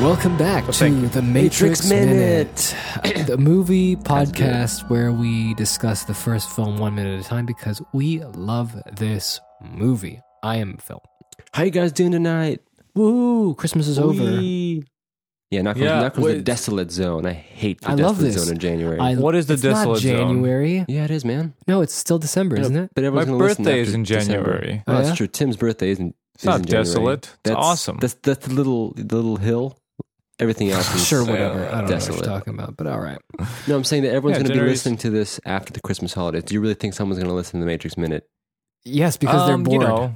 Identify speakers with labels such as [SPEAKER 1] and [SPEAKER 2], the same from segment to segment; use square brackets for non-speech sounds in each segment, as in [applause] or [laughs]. [SPEAKER 1] Welcome back
[SPEAKER 2] thank
[SPEAKER 1] to
[SPEAKER 2] you.
[SPEAKER 1] the Matrix,
[SPEAKER 3] Matrix Minute. [clears throat]
[SPEAKER 1] Minute, the movie podcast where we discuss the first film one minute at a time because we love this movie. I am Phil.
[SPEAKER 3] How you guys doing tonight?
[SPEAKER 1] Woo! Christmas is over.
[SPEAKER 3] Wee. Yeah, now comes,
[SPEAKER 2] Yeah,
[SPEAKER 3] now comes the
[SPEAKER 2] wait.
[SPEAKER 3] desolate zone. I hate the
[SPEAKER 1] I
[SPEAKER 3] desolate
[SPEAKER 1] love this.
[SPEAKER 3] zone in January.
[SPEAKER 1] I-
[SPEAKER 2] What is the
[SPEAKER 1] it's not
[SPEAKER 2] desolate zone?
[SPEAKER 1] January?
[SPEAKER 3] yeah, it is, man.
[SPEAKER 1] No, it's still December, isn't it?
[SPEAKER 3] But
[SPEAKER 2] My
[SPEAKER 3] everyone's gonna listen
[SPEAKER 2] birthday is
[SPEAKER 3] after
[SPEAKER 2] in
[SPEAKER 3] December.
[SPEAKER 2] January.
[SPEAKER 3] Oh,
[SPEAKER 1] Oh,
[SPEAKER 3] that's
[SPEAKER 1] yeah?
[SPEAKER 3] true. Tim's birthday isn't.
[SPEAKER 2] It's not
[SPEAKER 3] is in January.
[SPEAKER 2] desolate. It's
[SPEAKER 3] That's
[SPEAKER 2] awesome.
[SPEAKER 3] That's that's the little the little hill.
[SPEAKER 1] [sighs]
[SPEAKER 3] Everything else is uh,
[SPEAKER 1] Sure, whatever. I don't know
[SPEAKER 3] Desolate.
[SPEAKER 1] what you're talking about, but all right.
[SPEAKER 3] No, I'm saying that
[SPEAKER 2] Yeah,
[SPEAKER 3] everyone's going to be
[SPEAKER 2] January's-
[SPEAKER 3] listening to this after the Christmas holidays. Do you really think someone's going to listen to the Matrix Minute?
[SPEAKER 1] Yes, because they're
[SPEAKER 2] Um,
[SPEAKER 1] bored.
[SPEAKER 2] You know,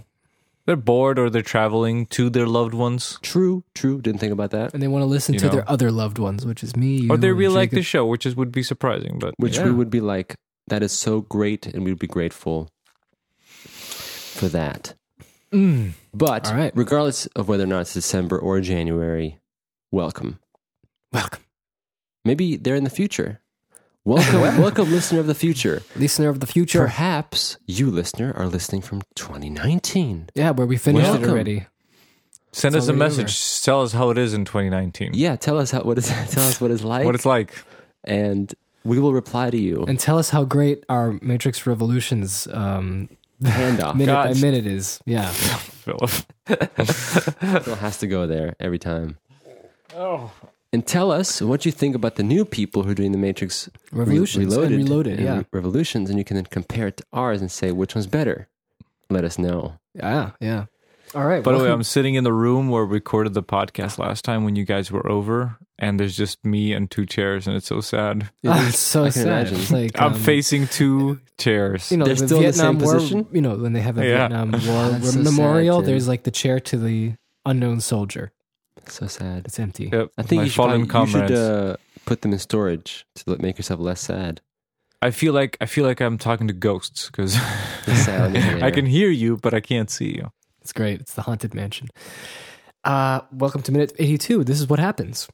[SPEAKER 2] they're bored or they're traveling to their loved ones.
[SPEAKER 3] True, true. Didn't think about that.
[SPEAKER 1] and they want to listen
[SPEAKER 2] You
[SPEAKER 1] to
[SPEAKER 2] know.
[SPEAKER 1] their other loved ones, which is me. You,
[SPEAKER 2] or they
[SPEAKER 1] and
[SPEAKER 2] really like the
[SPEAKER 1] Jacob.
[SPEAKER 2] show, which is would be surprising, but
[SPEAKER 3] Which
[SPEAKER 2] yeah.
[SPEAKER 3] we would be like, that is so great, and we'd be grateful for that.
[SPEAKER 2] Mm.
[SPEAKER 3] But
[SPEAKER 1] All right.
[SPEAKER 3] regardless of whether or not it's December or January, welcome.
[SPEAKER 1] Welcome,
[SPEAKER 3] Maybe they're in the future.
[SPEAKER 2] [laughs]
[SPEAKER 3] Welcome, welcome, listener of the future.
[SPEAKER 1] listener of the future.
[SPEAKER 3] Perhaps you, listener, are listening from 2019.
[SPEAKER 1] yeah, where we finished it
[SPEAKER 3] Welcome.
[SPEAKER 1] already.
[SPEAKER 2] Send
[SPEAKER 1] It's
[SPEAKER 2] us a
[SPEAKER 1] already
[SPEAKER 2] message. Tell us how it is in 2019.
[SPEAKER 3] Yeah, tell us how what is [laughs] tell us what it's like,
[SPEAKER 2] What it's like.
[SPEAKER 3] and we will reply to
[SPEAKER 2] [laughs]
[SPEAKER 3] you.
[SPEAKER 1] And tell us how great our Matrix Revolutions um,
[SPEAKER 3] Handoff
[SPEAKER 1] minute by
[SPEAKER 2] Gosh.
[SPEAKER 1] minute is. Yeah.
[SPEAKER 3] [laughs]
[SPEAKER 2] Philip.
[SPEAKER 3] Phil has to go there every time.
[SPEAKER 2] Oh.
[SPEAKER 3] And tell us what you think about the new people who are doing the Matrix re-
[SPEAKER 1] Revolutions and
[SPEAKER 3] reloaded,
[SPEAKER 1] Reloaded,
[SPEAKER 3] and
[SPEAKER 1] yeah.
[SPEAKER 3] re- revolutions, and you can then compare it to ours and say which one's better. Let us know.
[SPEAKER 1] Yeah. Yeah. All right.
[SPEAKER 2] By the way,
[SPEAKER 1] welcome.
[SPEAKER 2] I'm sitting in the room where we recorded the podcast last time when you guys were over, and there's just me and two chairs, and it's so sad.
[SPEAKER 1] [laughs] Ah, [laughs] it's so
[SPEAKER 3] I can
[SPEAKER 1] sad.
[SPEAKER 3] imagine.
[SPEAKER 1] It's like,
[SPEAKER 2] I'm
[SPEAKER 1] um,
[SPEAKER 2] facing two chairs.
[SPEAKER 1] You know,
[SPEAKER 3] They're
[SPEAKER 1] the
[SPEAKER 3] still in the
[SPEAKER 1] Vietnam
[SPEAKER 3] same
[SPEAKER 1] War.
[SPEAKER 3] position?
[SPEAKER 1] You know, when they have a
[SPEAKER 2] Yeah.
[SPEAKER 1] Vietnam War
[SPEAKER 3] That's so
[SPEAKER 1] memorial,
[SPEAKER 3] sad, Tim.
[SPEAKER 1] there's like the chair to the unknown soldier.
[SPEAKER 3] So sad.
[SPEAKER 1] It's empty.
[SPEAKER 2] Yep,
[SPEAKER 3] I think
[SPEAKER 2] my
[SPEAKER 3] you should,
[SPEAKER 2] fallen
[SPEAKER 3] probably- you should,
[SPEAKER 2] comrades.
[SPEAKER 3] uh, put them in storage to let- make yourself less sad.
[SPEAKER 2] I feel like I feel like I'm talking to ghosts [laughs] because [laughs]
[SPEAKER 3] The sound is
[SPEAKER 2] I
[SPEAKER 3] there.
[SPEAKER 1] [laughs]
[SPEAKER 2] can hear you, but I can't see you.
[SPEAKER 1] It's great. It's the haunted mansion. Uh, welcome to minute 82. This is what happens.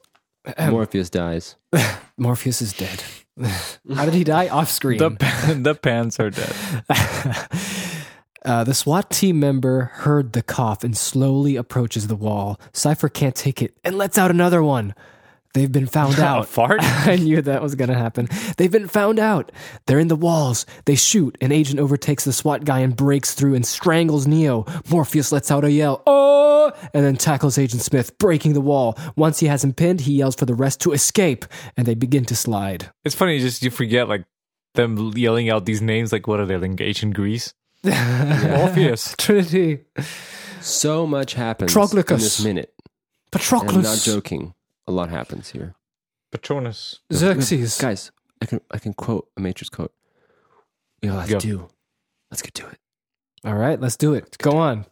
[SPEAKER 1] Um,
[SPEAKER 3] Morpheus dies.
[SPEAKER 1] Morpheus is dead. [laughs] How did he die? Off screen.
[SPEAKER 3] Mm.
[SPEAKER 2] The pa- [laughs] the pants are dead.
[SPEAKER 1] Uh, the SWAT team member heard the cough and slowly approaches the wall. Cypher can't take it and lets out another one. They've been found
[SPEAKER 2] A
[SPEAKER 1] out. [laughs]
[SPEAKER 2] fart.
[SPEAKER 1] I knew that was going to happen. They've been found out. They're in the walls. They shoot. An agent overtakes the SWAT guy and breaks through and strangles Neo. Morpheus lets out a yell, oh, and then tackles Agent Smith, breaking the wall. Once he has him pinned, he yells for the rest to escape, and they begin to slide.
[SPEAKER 2] [laughs] It's funny, just you forget like them yelling out these names. Like what are they? Like ancient Greece.
[SPEAKER 3] [laughs]
[SPEAKER 2] Morpheus.
[SPEAKER 1] Trinity.
[SPEAKER 3] So much happens in
[SPEAKER 1] Troglodytes.
[SPEAKER 3] this minute. And I'm not
[SPEAKER 1] Patroclus.
[SPEAKER 3] joking. A lot happens here.
[SPEAKER 2] Patronus.
[SPEAKER 1] Xerxes.
[SPEAKER 3] Guys, I can I can quote a Matrix quote. We all have
[SPEAKER 2] Go.
[SPEAKER 3] to do. Let's get
[SPEAKER 1] [clears throat]
[SPEAKER 3] to it.
[SPEAKER 1] All right, let's do it. Go on.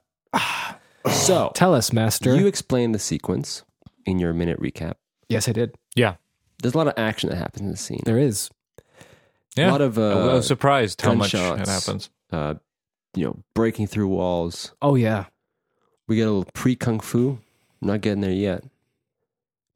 [SPEAKER 3] So
[SPEAKER 1] Tell us, Master.
[SPEAKER 3] you explain the sequence in your minute recap.
[SPEAKER 1] yes, I did.
[SPEAKER 2] Yeah.
[SPEAKER 3] There's a lot of action that happens in the scene.
[SPEAKER 1] There is.
[SPEAKER 2] Yeah.
[SPEAKER 3] A lot of
[SPEAKER 2] I was
[SPEAKER 3] uh,
[SPEAKER 2] surprised how much it
[SPEAKER 3] gunshots.
[SPEAKER 2] happens.
[SPEAKER 3] uh, you know breaking through walls.
[SPEAKER 1] Oh, yeah.
[SPEAKER 3] We get a little pre kung fu. I'm not getting there yet,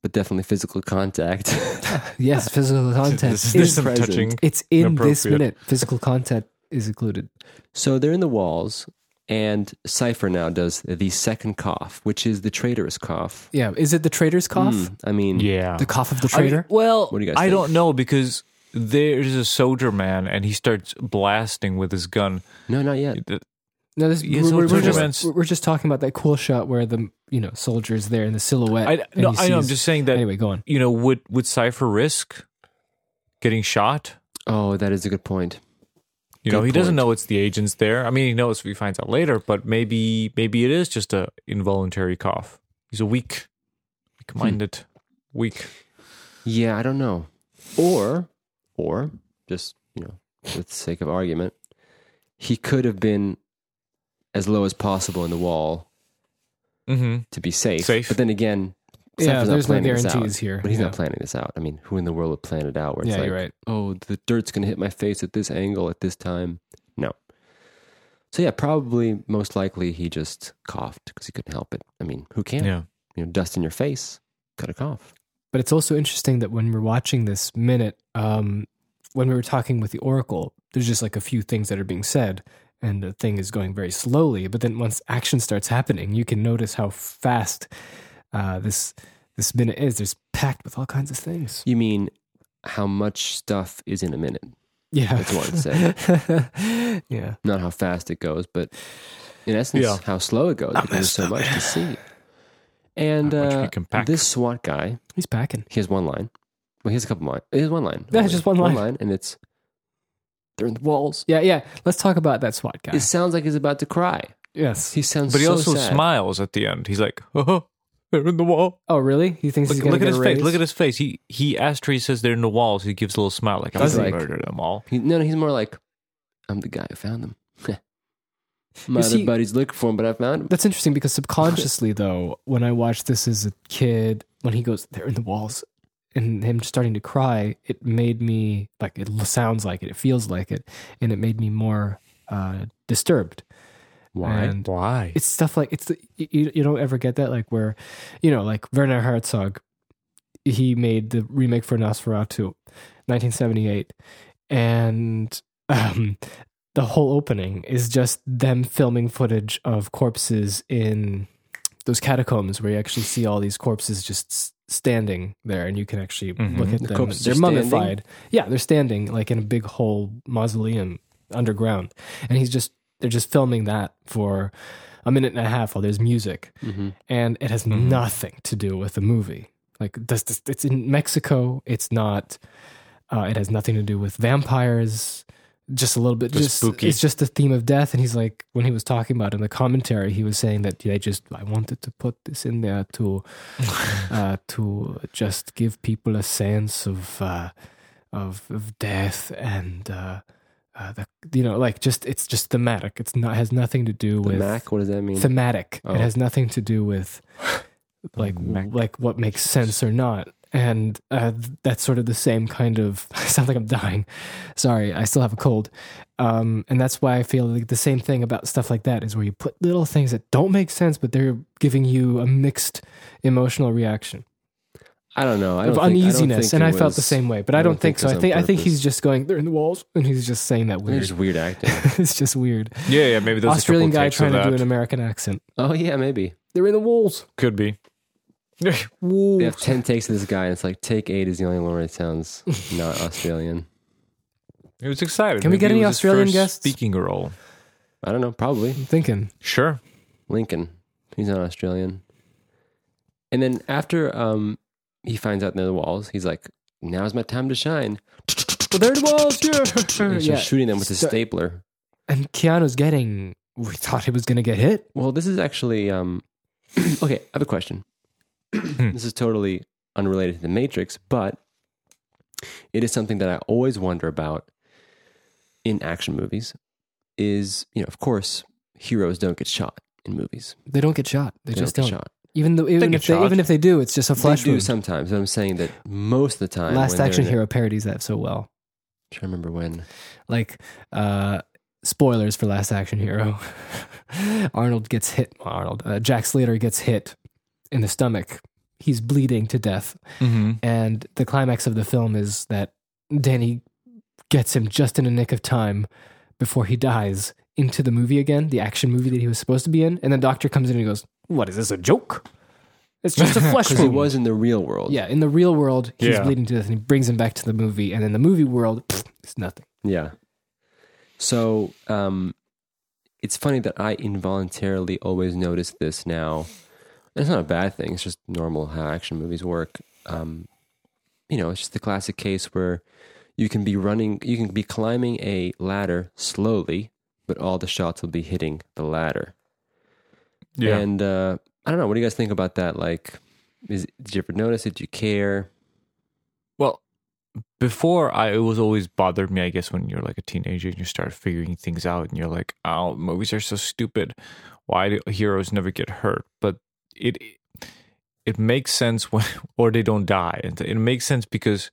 [SPEAKER 3] but definitely physical contact. [laughs]
[SPEAKER 2] [laughs]
[SPEAKER 1] Yes, physical content.
[SPEAKER 2] This-
[SPEAKER 1] is-
[SPEAKER 2] There's some
[SPEAKER 3] present.
[SPEAKER 2] touching.
[SPEAKER 1] it's in this
[SPEAKER 2] Inappropriate.
[SPEAKER 1] minute. Physical content is included.
[SPEAKER 3] so they're in the walls, and Cipher now does the second cough, which is the traitorous cough.
[SPEAKER 1] Yeah. Is it the traitor's cough?
[SPEAKER 3] Mm, I mean,
[SPEAKER 2] Yeah.
[SPEAKER 1] The cough of the
[SPEAKER 2] Hmm. I mean,
[SPEAKER 1] traitor?
[SPEAKER 2] well,
[SPEAKER 3] What do you guys
[SPEAKER 2] I
[SPEAKER 3] think?
[SPEAKER 2] don't know because there's a soldier man and he starts blasting with his gun.
[SPEAKER 3] no, not yet.
[SPEAKER 2] The-
[SPEAKER 1] no, this,
[SPEAKER 2] Yes,
[SPEAKER 1] we're, we're
[SPEAKER 2] Soldier
[SPEAKER 1] just,
[SPEAKER 2] Man's-
[SPEAKER 1] we're- we're just talking about that cool shot where the you know soldier's there in the silhouette.
[SPEAKER 2] I,
[SPEAKER 1] and
[SPEAKER 2] no,
[SPEAKER 1] he
[SPEAKER 2] I know. I'm
[SPEAKER 1] sees-
[SPEAKER 2] just saying that.
[SPEAKER 1] Anyway, go on.
[SPEAKER 2] You know, would would Cipher risk getting shot?
[SPEAKER 3] Oh, that is a good point.
[SPEAKER 2] You
[SPEAKER 3] Good
[SPEAKER 2] know, he doesn't
[SPEAKER 3] point.
[SPEAKER 2] know it's the agents there. I mean, he knows if he finds out later, but maybe maybe it is just a involuntary cough. He's a weak,
[SPEAKER 1] Hmm.
[SPEAKER 2] weak-minded, weak.
[SPEAKER 3] Yeah, I don't know. Or, or just you know, with the sake of argument, he could have been as low as possible in the wall
[SPEAKER 2] Mm-hmm.
[SPEAKER 3] to be safe.
[SPEAKER 2] Safe.
[SPEAKER 3] But then again,
[SPEAKER 1] Yeah,
[SPEAKER 3] Cypher's not
[SPEAKER 1] there's no
[SPEAKER 3] planning this out,
[SPEAKER 1] guarantees here.
[SPEAKER 3] But he's
[SPEAKER 1] Yeah.
[SPEAKER 3] not planning this out. I mean, who in the world would plan it out? Where it's
[SPEAKER 1] Yeah,
[SPEAKER 3] like,
[SPEAKER 1] you're right.
[SPEAKER 3] oh, the dirt's gonna hit my face at this angle at this time. No. So yeah, probably most likely he just coughed because he couldn't help it. I mean, who can?
[SPEAKER 2] Yeah.
[SPEAKER 3] You know, dust in your face, cut a cough.
[SPEAKER 1] But it's also interesting that when we're watching this minute, um, when we were talking with the Oracle, there's just like a few things that are being said, and the thing is going very slowly. But then once action starts happening, you can notice how fast uh, this This minute is just packed with all kinds of things.
[SPEAKER 3] You mean how much stuff is in a minute?
[SPEAKER 1] [laughs] Yeah.
[SPEAKER 3] That's what it
[SPEAKER 1] yeah.
[SPEAKER 3] Not how fast it goes, but in essence,
[SPEAKER 2] Yeah.
[SPEAKER 3] how slow it goes.
[SPEAKER 1] Not
[SPEAKER 3] because there's so
[SPEAKER 1] messed up,
[SPEAKER 3] much
[SPEAKER 2] [laughs]
[SPEAKER 3] to see. And
[SPEAKER 2] How much we
[SPEAKER 3] uh,
[SPEAKER 2] can pack.
[SPEAKER 3] this SWAT guy,
[SPEAKER 1] He's packing.
[SPEAKER 3] he has one line. Well, he has a couple lines. He has one line.
[SPEAKER 1] Yeah, just one line.
[SPEAKER 3] and it's they're in the walls.
[SPEAKER 1] Yeah, yeah. Let's talk about that SWAT guy.
[SPEAKER 3] It sounds like he's about to cry.
[SPEAKER 1] yes.
[SPEAKER 3] He sounds.
[SPEAKER 2] But he
[SPEAKER 3] so
[SPEAKER 2] also
[SPEAKER 3] sad.
[SPEAKER 2] smiles at the end. He's like, oh, they're in the wall.
[SPEAKER 1] oh, really? He thinks
[SPEAKER 2] Look,
[SPEAKER 1] he's going
[SPEAKER 2] look
[SPEAKER 1] to get
[SPEAKER 2] at his
[SPEAKER 1] a
[SPEAKER 2] face.
[SPEAKER 1] raise?
[SPEAKER 2] Look at his face. He he after he says they're in the walls, he gives a little smile like I'm
[SPEAKER 3] Does
[SPEAKER 2] gonna
[SPEAKER 3] he?
[SPEAKER 2] murder them all.
[SPEAKER 3] He, no, no, he's more like, I'm the guy who found them. [laughs] My
[SPEAKER 1] You
[SPEAKER 3] other
[SPEAKER 1] see-
[SPEAKER 3] buddies looking for him, but I found him.
[SPEAKER 1] That's interesting because subconsciously, though, when I watched this as a kid, when he goes, they're in the walls, and him starting to cry, it made me, like, it l- sounds like it, it feels like it, and it made me more uh, disturbed. And
[SPEAKER 2] Why?
[SPEAKER 1] it's stuff like it's the, you, you don't ever get that like where you know like Werner Herzog he made the remake for Nosferatu 1978 and um the whole opening is just them filming footage of corpses in those catacombs where you actually see all these corpses just s- standing there and you can actually
[SPEAKER 2] Mhm.
[SPEAKER 1] look at
[SPEAKER 3] The
[SPEAKER 1] them
[SPEAKER 3] corpses
[SPEAKER 1] they're
[SPEAKER 3] are standing?
[SPEAKER 1] mummified yeah they're standing like in a big whole mausoleum underground and he's just they're just filming that for a minute and a half while there's music
[SPEAKER 3] Mhm.
[SPEAKER 1] and it has
[SPEAKER 2] Mhm.
[SPEAKER 1] nothing to do with the movie like this, this it's in mexico it's not uh, it has nothing to do with vampires just a little bit
[SPEAKER 2] Just
[SPEAKER 1] just
[SPEAKER 2] spooky.
[SPEAKER 1] it's just the theme of death and he's like when he was talking about it in the commentary he was saying that they just i wanted to put this in there to uh, to just give people a sense of uh, of, of death and uh, uh, the, you know like just it's just thematic it's not has nothing to do
[SPEAKER 3] The
[SPEAKER 1] with
[SPEAKER 3] Mac, what does that mean?
[SPEAKER 1] thematic
[SPEAKER 3] Oh.
[SPEAKER 1] it has nothing to do
[SPEAKER 3] [laughs]
[SPEAKER 1] with like
[SPEAKER 2] Thematic.
[SPEAKER 1] like what makes sense or not and uh, that's sort of the same kind of [laughs] I sound like I'm dying sorry I still have a cold um, and that's why I feel like the same thing about stuff like that is where you put little things that don't make sense but they're giving you a mixed emotional reaction
[SPEAKER 3] I don't know. I don't
[SPEAKER 1] of
[SPEAKER 3] think- I don't
[SPEAKER 1] uneasiness,
[SPEAKER 3] think
[SPEAKER 1] and
[SPEAKER 3] it
[SPEAKER 1] I felt the
[SPEAKER 3] was-
[SPEAKER 1] same way. But I,
[SPEAKER 3] I
[SPEAKER 1] don't,
[SPEAKER 3] don't
[SPEAKER 1] think,
[SPEAKER 3] think
[SPEAKER 1] so.
[SPEAKER 3] it
[SPEAKER 1] I
[SPEAKER 3] was
[SPEAKER 1] think
[SPEAKER 3] on
[SPEAKER 1] I think he's
[SPEAKER 3] purpose.
[SPEAKER 1] just going. They're in the walls, and he's just saying that
[SPEAKER 3] I think
[SPEAKER 1] weird.
[SPEAKER 3] It's just weird acting.
[SPEAKER 1] [laughs] it's just weird.
[SPEAKER 2] yeah, yeah, maybe that's
[SPEAKER 1] Australian
[SPEAKER 2] a couple
[SPEAKER 1] guy
[SPEAKER 2] takes of
[SPEAKER 1] trying to do
[SPEAKER 2] that.
[SPEAKER 1] an American accent.
[SPEAKER 3] oh yeah, maybe
[SPEAKER 1] They're in the walls.
[SPEAKER 2] Could be.
[SPEAKER 3] they have ten takes of this guy, and it's like take eight is the only one where
[SPEAKER 1] [laughs]
[SPEAKER 3] it sounds not Australian.
[SPEAKER 2] He was excited.
[SPEAKER 1] Can we get
[SPEAKER 2] it
[SPEAKER 1] any
[SPEAKER 2] was his
[SPEAKER 1] Australian
[SPEAKER 2] first
[SPEAKER 1] guests?
[SPEAKER 2] Speaking role.
[SPEAKER 3] I don't know. Probably
[SPEAKER 1] I'm thinking.
[SPEAKER 2] Sure.
[SPEAKER 3] Lincoln. He's not Australian. And then after um, he finds out they're the walls, he's like, "Now's my time to shine."
[SPEAKER 1] Well, they're in the walls. [laughs]
[SPEAKER 3] And
[SPEAKER 1] Mm, Yeah.
[SPEAKER 3] he's just shooting them with his
[SPEAKER 1] Sta-
[SPEAKER 3] stapler.
[SPEAKER 1] And Keanu's getting. We thought he was going to get hit.
[SPEAKER 3] Well, this is actually um [clears throat] okay, I have a question.
[SPEAKER 1] Hmm.
[SPEAKER 3] this is totally unrelated to the Matrix, but it is something that I always wonder about in action movies is, you know, of course, heroes don't get shot in movies.
[SPEAKER 1] They don't get shot. They, just
[SPEAKER 3] get
[SPEAKER 1] don't.
[SPEAKER 3] shot.
[SPEAKER 1] Even though, even
[SPEAKER 2] get
[SPEAKER 1] if they,
[SPEAKER 2] shot.
[SPEAKER 1] even if they do, it's just a flash
[SPEAKER 3] they do
[SPEAKER 1] wound.
[SPEAKER 3] sometimes, but I'm saying that most of the time
[SPEAKER 1] Last
[SPEAKER 3] when they're
[SPEAKER 1] Action
[SPEAKER 3] in a-
[SPEAKER 1] Hero parodies that so well.
[SPEAKER 3] I'm trying to remember when.
[SPEAKER 1] like uh spoilers for last action hero [laughs] arnold gets hit arnold uh, jack slater gets hit in the stomach he's bleeding to death
[SPEAKER 2] Mm-hmm.
[SPEAKER 1] and the climax of the film is that danny gets him just in a nick of time before he dies into the movie again the action movie that he was supposed to be in and the doctor comes in and goes what is this a joke it's
[SPEAKER 2] [laughs]
[SPEAKER 1] just a flesh
[SPEAKER 3] Because he
[SPEAKER 1] wound
[SPEAKER 3] was in the real world.
[SPEAKER 1] yeah in the real world he's
[SPEAKER 2] Yeah.
[SPEAKER 1] bleeding to death and he brings him back to the movie and in the movie world pfft, it's nothing
[SPEAKER 3] Yeah. So um, it's funny that I involuntarily always notice this now. And It's not a bad thing. It's just normal how action movies work. Um, you know, it's just the classic case where you can be running, you can be climbing a ladder slowly, but all the shots will be hitting the ladder.
[SPEAKER 2] Yeah.
[SPEAKER 3] And uh, I don't know. What do you guys think about that? Like, is, did you ever notice it? Do you care?
[SPEAKER 2] Well, before I it was always bothered me, I guess, when you're like a teenager and you start figuring things out and you're like, oh, movies are so stupid. Why do heroes never get hurt? But it it makes sense when [laughs] or they don't die. It, it makes sense because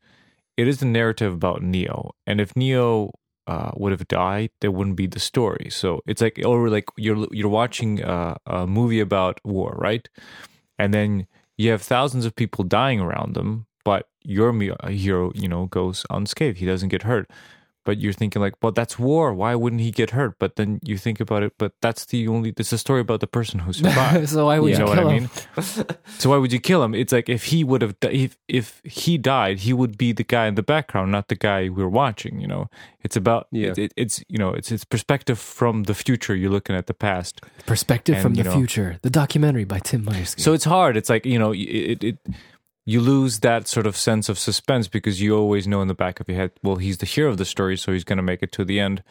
[SPEAKER 2] it is the narrative about Neo. And if Neo uh, would have died, there wouldn't be the story. So it's like or like you're you're watching a, a movie about war, right? and then you have thousands of people uh, dying around them, but your me- hero, you know, goes unscathed. He doesn't get hurt. but you're thinking like, well, that's war. Why wouldn't he get hurt? But then you think about it, but that's the only. It's a story about the person who
[SPEAKER 1] [laughs]
[SPEAKER 2] survived.
[SPEAKER 1] so why would you
[SPEAKER 2] you know
[SPEAKER 1] kill
[SPEAKER 2] what I
[SPEAKER 1] him?
[SPEAKER 2] mean? [laughs] so why would you kill him? It's like if he would have, di- if if he died, he would be the guy in the background, not the guy we're watching. You know, it's about
[SPEAKER 3] Yeah.
[SPEAKER 2] it, it, it's you know, it's it's perspective from the future. You're looking at the past.
[SPEAKER 1] Perspective
[SPEAKER 2] And,
[SPEAKER 1] from
[SPEAKER 2] you
[SPEAKER 1] the
[SPEAKER 2] know-
[SPEAKER 1] Future, the documentary by Tim Myers.
[SPEAKER 2] So it's hard. It's like you know, it, it, it you lose that sort of sense of suspense because you always know in the back of your head, well, he's the hero of the story, so he's going to make it to the end.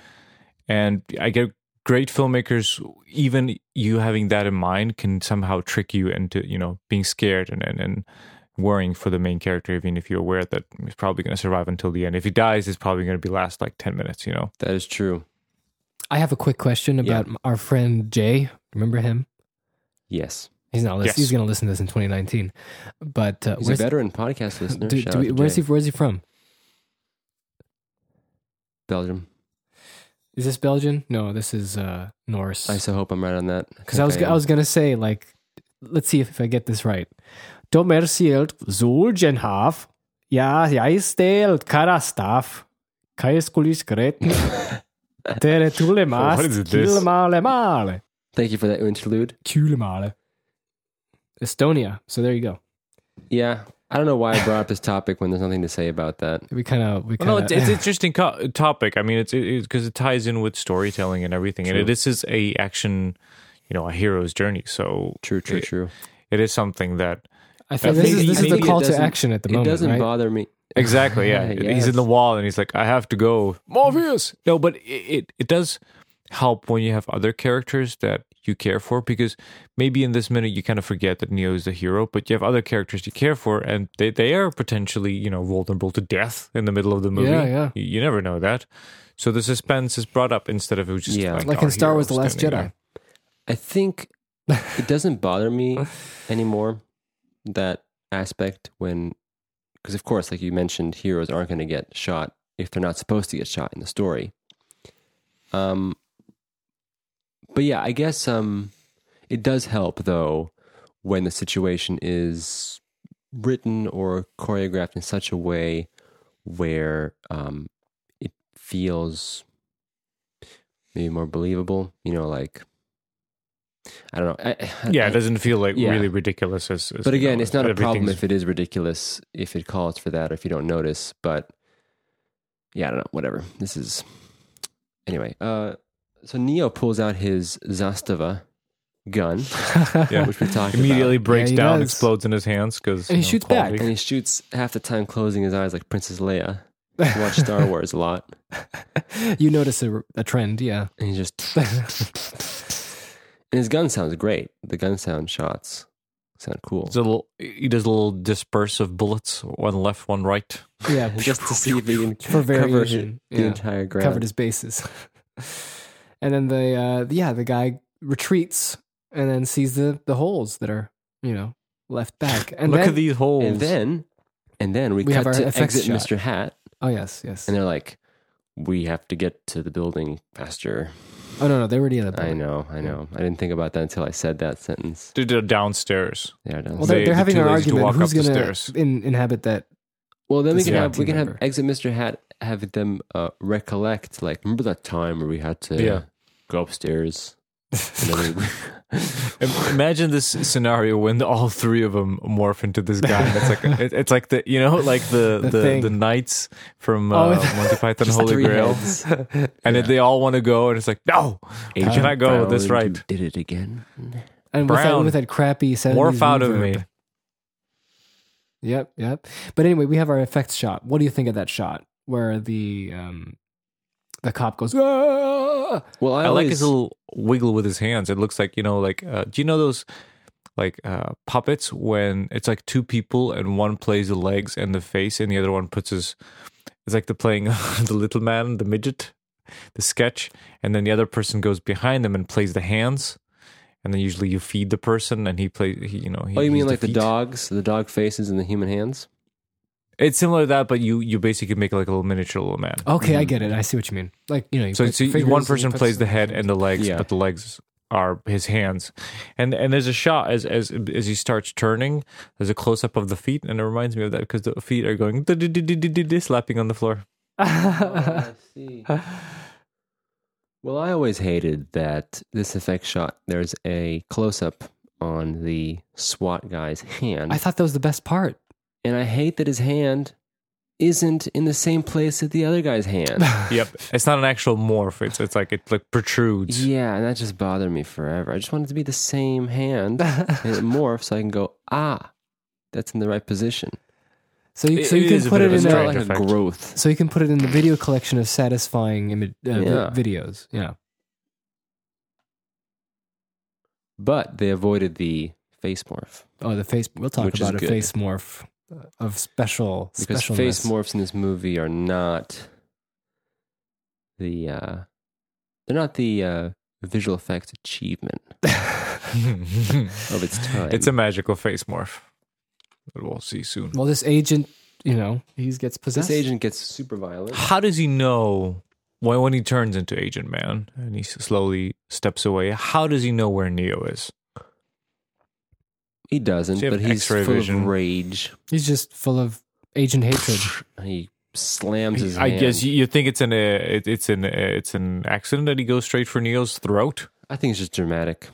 [SPEAKER 2] And I get great filmmakers, even you having that in mind, can somehow trick you into you know being scared and and. and worrying for the main character even if you're aware that he's probably going to survive until the end if he dies it's probably going to be last like 10 minutes you know
[SPEAKER 3] That is true.
[SPEAKER 1] I have a quick question about our friend Jay. Remember him?
[SPEAKER 3] Yes.
[SPEAKER 1] He's not. Listen,
[SPEAKER 2] Yes.
[SPEAKER 1] He's going to listen to this in 2019. But uh,
[SPEAKER 3] He's
[SPEAKER 1] where's,
[SPEAKER 3] a veteran podcast listener.
[SPEAKER 1] do-
[SPEAKER 3] Shout
[SPEAKER 1] do
[SPEAKER 3] out
[SPEAKER 1] we-
[SPEAKER 3] to
[SPEAKER 1] where's
[SPEAKER 3] Jay.
[SPEAKER 1] he? Where's he from?
[SPEAKER 3] Belgium.
[SPEAKER 1] Is this Belgian? No, this is uh, Norse.
[SPEAKER 3] I so hope I'm right on that.
[SPEAKER 1] Because I was
[SPEAKER 3] think
[SPEAKER 1] I was gonna say like, let's see if I get this right. Domersielt Zulgenhaf. Ja, jäistelt karastaf. Kaiskulis
[SPEAKER 3] [laughs]
[SPEAKER 1] gretten. Tere tulemas.
[SPEAKER 2] What is this?
[SPEAKER 1] Kilmale male.
[SPEAKER 3] am. Thank you for that interlude.
[SPEAKER 1] Kilmale. Estonia. So there you go.
[SPEAKER 3] Yeah. I don't know why I brought up this topic when there's nothing to say about that.
[SPEAKER 1] We kind of we kind
[SPEAKER 2] Well,
[SPEAKER 1] of.
[SPEAKER 2] no, it's, it's an interesting co- topic. I mean, it's because it, ties in with storytelling and everything,
[SPEAKER 3] True.
[SPEAKER 2] and this is a action, you know, a hero's journey. So
[SPEAKER 3] True, true,
[SPEAKER 2] it-
[SPEAKER 3] true.
[SPEAKER 2] it is something that
[SPEAKER 1] [laughs] I think
[SPEAKER 2] I
[SPEAKER 1] this
[SPEAKER 2] think-
[SPEAKER 1] is this
[SPEAKER 2] I
[SPEAKER 1] is the
[SPEAKER 2] think it
[SPEAKER 1] call to
[SPEAKER 3] doesn't-
[SPEAKER 1] action at the
[SPEAKER 3] It
[SPEAKER 1] moment.
[SPEAKER 3] doesn't
[SPEAKER 1] right?
[SPEAKER 3] bother me.
[SPEAKER 2] exactly,
[SPEAKER 1] [laughs]
[SPEAKER 2] yeah. He's in the
[SPEAKER 3] Yes.
[SPEAKER 2] wall, and he's like, "I have to go, Morpheus." No, but it, it it does help when you have other characters that you care for because maybe in this minute you kind of forget that Neo is the hero, but you have other characters you care for, and they they are potentially you know vulnerable to death in the middle of the movie.
[SPEAKER 1] Yeah, yeah.
[SPEAKER 2] You, you never know that. So the suspense is brought up instead of it was just
[SPEAKER 3] Yeah.
[SPEAKER 2] like,
[SPEAKER 1] like
[SPEAKER 2] our
[SPEAKER 1] in Star Wars: The
[SPEAKER 2] hero
[SPEAKER 1] Last
[SPEAKER 2] standing
[SPEAKER 1] Jedi.
[SPEAKER 2] there.
[SPEAKER 3] I think it doesn't bother me anymore that aspect when because of course like you mentioned heroes aren't going to get shot if they're not supposed to get shot in the story um but yeah i guess um it does help though when the situation is written or choreographed in such a way where um it feels maybe more believable you know like i don't know I,
[SPEAKER 2] Yeah,
[SPEAKER 3] I-
[SPEAKER 2] it doesn't feel like
[SPEAKER 3] Yeah.
[SPEAKER 2] really ridiculous. As, as
[SPEAKER 3] but
[SPEAKER 2] you
[SPEAKER 3] again,
[SPEAKER 2] know,
[SPEAKER 3] it's not a problem
[SPEAKER 2] everything's-
[SPEAKER 3] if it is ridiculous, if it calls for that, or if you don't notice. But yeah, I don't know. Whatever. This is anyway. Uh, so Neo pulls out his Zastava gun,
[SPEAKER 1] [laughs]
[SPEAKER 2] Yeah.
[SPEAKER 3] which we talked
[SPEAKER 2] immediately
[SPEAKER 3] about,
[SPEAKER 2] breaks
[SPEAKER 1] Yeah, he
[SPEAKER 2] down,
[SPEAKER 1] does.
[SPEAKER 2] explodes in his hands because
[SPEAKER 1] And he shoots back.
[SPEAKER 3] and he shoots half the time, closing his eyes like Princess Leia. I
[SPEAKER 1] [laughs]
[SPEAKER 3] watch Star Wars a lot,
[SPEAKER 1] you notice a, a trend, yeah.
[SPEAKER 3] and he just and his gun sounds great. The gun sound shots sound cool.
[SPEAKER 2] It's a little, he does a little disperse of bullets, one left, one right.
[SPEAKER 3] [laughs]
[SPEAKER 1] yeah,
[SPEAKER 3] just to see if he
[SPEAKER 1] [laughs]
[SPEAKER 3] can
[SPEAKER 1] for
[SPEAKER 3] cover his,
[SPEAKER 1] variation.
[SPEAKER 3] the
[SPEAKER 1] yeah.
[SPEAKER 3] entire ground.
[SPEAKER 1] covered his bases. [laughs] and then the uh, yeah, the guy retreats and then sees the the holes that are you know left
[SPEAKER 3] [laughs]
[SPEAKER 1] back. And
[SPEAKER 2] Look
[SPEAKER 1] then,
[SPEAKER 2] at these holes.
[SPEAKER 3] And then, and then we,
[SPEAKER 1] We have
[SPEAKER 3] cut
[SPEAKER 1] our
[SPEAKER 3] to
[SPEAKER 1] effects
[SPEAKER 3] exit
[SPEAKER 1] shot.
[SPEAKER 3] Mr. Hat,
[SPEAKER 1] oh yes, yes.
[SPEAKER 3] and they're like, "We have to get to the building faster."
[SPEAKER 1] oh no, no, they were already in the
[SPEAKER 3] I
[SPEAKER 1] building.
[SPEAKER 3] know, I know. I didn't think about that until I said that sentence.
[SPEAKER 2] They did it downstairs.
[SPEAKER 3] They are done.
[SPEAKER 1] Well, they're,
[SPEAKER 2] They-
[SPEAKER 1] they're
[SPEAKER 2] the
[SPEAKER 1] having
[SPEAKER 2] two
[SPEAKER 1] an
[SPEAKER 2] ladies do
[SPEAKER 1] argument
[SPEAKER 2] walk
[SPEAKER 1] who's
[SPEAKER 2] up the
[SPEAKER 1] going
[SPEAKER 2] stairs.
[SPEAKER 1] to in, inhabit
[SPEAKER 3] [laughs]
[SPEAKER 1] that.
[SPEAKER 3] well, then we
[SPEAKER 1] this
[SPEAKER 3] can
[SPEAKER 2] is
[SPEAKER 3] have
[SPEAKER 1] my
[SPEAKER 3] we can
[SPEAKER 1] team
[SPEAKER 3] have
[SPEAKER 1] member.
[SPEAKER 3] exit Mr. Hat have them uh, recollect like remember that time where we had to
[SPEAKER 2] Yeah.
[SPEAKER 3] go upstairs. And then we-
[SPEAKER 2] Im- Imagine this scenario when the- all three of them morph into this guy. It's
[SPEAKER 1] [laughs]
[SPEAKER 2] like it, it's like the you know like the
[SPEAKER 1] The
[SPEAKER 2] the, the,
[SPEAKER 1] thing.
[SPEAKER 2] knights from
[SPEAKER 1] Oh,
[SPEAKER 2] uh,
[SPEAKER 1] [laughs]
[SPEAKER 2] Monty Python Holy
[SPEAKER 3] three
[SPEAKER 2] Grail,
[SPEAKER 3] heads.
[SPEAKER 2] and then they all want to go, and it's like no,
[SPEAKER 3] [laughs] Agent
[SPEAKER 2] can I go? This
[SPEAKER 3] Brown,
[SPEAKER 2] right.
[SPEAKER 3] you Did it again?
[SPEAKER 1] And with that,
[SPEAKER 2] Brown.
[SPEAKER 1] with that crappy 70s
[SPEAKER 2] morph out of me.
[SPEAKER 1] reverb. Yep, yep. But anyway, we have our effects shot. What do you think of that shot where the um the cop goes "Ah!"
[SPEAKER 3] Well, I,
[SPEAKER 2] I like
[SPEAKER 3] always,
[SPEAKER 2] his little wiggle with his hands. It looks like you know, like uh, do you know those like uh, puppets when it's like two people and one plays the legs and the face and the other one puts his. It's like the playing [laughs] the little man, the midget, the sketch, and then the other person goes behind them and plays the hands, and then usually you feed the person and he plays. He, you know. He,
[SPEAKER 3] Oh, you mean
[SPEAKER 2] he's
[SPEAKER 3] like the,
[SPEAKER 2] feet.
[SPEAKER 3] dogs, the dog faces, and the human hands?
[SPEAKER 2] It's similar to that, but you you basically make like a little miniature little man.
[SPEAKER 1] Okay,
[SPEAKER 3] Mm-hmm.
[SPEAKER 1] I get it. I see what you mean. Like you know, you
[SPEAKER 2] So,
[SPEAKER 1] put
[SPEAKER 2] so
[SPEAKER 1] fingers and
[SPEAKER 2] one
[SPEAKER 1] you
[SPEAKER 2] person
[SPEAKER 1] put
[SPEAKER 2] plays the
[SPEAKER 1] some-
[SPEAKER 2] head and the legs,
[SPEAKER 3] Yeah.
[SPEAKER 2] but the legs are his hands. And and there's a shot as as as he starts turning,
[SPEAKER 1] [laughs]
[SPEAKER 2] there's a close up of the feet, and it reminds me of that because the feet are going slapping on the floor.
[SPEAKER 1] Oh,
[SPEAKER 3] [laughs] I see. Well, I always hated that this effect shot. There's a close up on the SWAT guy's hand,
[SPEAKER 1] I thought that was the best part. [laughs]
[SPEAKER 3] and I hate that his hand isn't in the same place that the other guy's hand.
[SPEAKER 2] yep. It's not an actual morph. It's it's like it like protrudes.
[SPEAKER 3] yeah, and that just bothered me forever. I just wanted it to be the same hand, and it morphs so I can go ah, that's in the right position.
[SPEAKER 1] So you,
[SPEAKER 2] It-
[SPEAKER 1] so
[SPEAKER 2] it
[SPEAKER 1] you can
[SPEAKER 2] is a
[SPEAKER 1] put
[SPEAKER 2] bit
[SPEAKER 1] it
[SPEAKER 2] of a
[SPEAKER 1] in
[SPEAKER 3] It's
[SPEAKER 1] a,
[SPEAKER 2] strange
[SPEAKER 3] like
[SPEAKER 2] effect.
[SPEAKER 3] a growth.
[SPEAKER 1] so you can put it in the video collection of satisfying image uh, vi-
[SPEAKER 3] Yeah.
[SPEAKER 1] videos. Yeah.
[SPEAKER 3] But they avoided the face morph
[SPEAKER 1] Oh, the face. We'll talk
[SPEAKER 3] Which is
[SPEAKER 1] about a
[SPEAKER 3] good.
[SPEAKER 1] face morph uh, of special
[SPEAKER 3] because
[SPEAKER 1] specialness.
[SPEAKER 3] face morphs in this movie are not the uh, they're not the uh, visual effects achievement of its time.
[SPEAKER 2] [laughs] it's a magical face morph. That we'll see soon.
[SPEAKER 1] Well, this agent, you know, he gets
[SPEAKER 3] this
[SPEAKER 1] possessed.
[SPEAKER 3] agent gets super
[SPEAKER 2] [sighs]
[SPEAKER 3] violent.
[SPEAKER 2] How does he know when when he turns into Agent Man and he slowly steps away? How does he know where Neo is?
[SPEAKER 3] He doesn't,
[SPEAKER 2] So you have
[SPEAKER 3] but he's
[SPEAKER 2] X-ray
[SPEAKER 3] full
[SPEAKER 2] vision.
[SPEAKER 3] of rage.
[SPEAKER 1] He's just full of agent hatred.
[SPEAKER 3] He slams his.
[SPEAKER 2] I
[SPEAKER 3] hand.
[SPEAKER 2] guess you, you think it's an uh, it, it's an uh, it's an accident that he goes straight for Neo's throat.
[SPEAKER 3] I think it's just dramatic.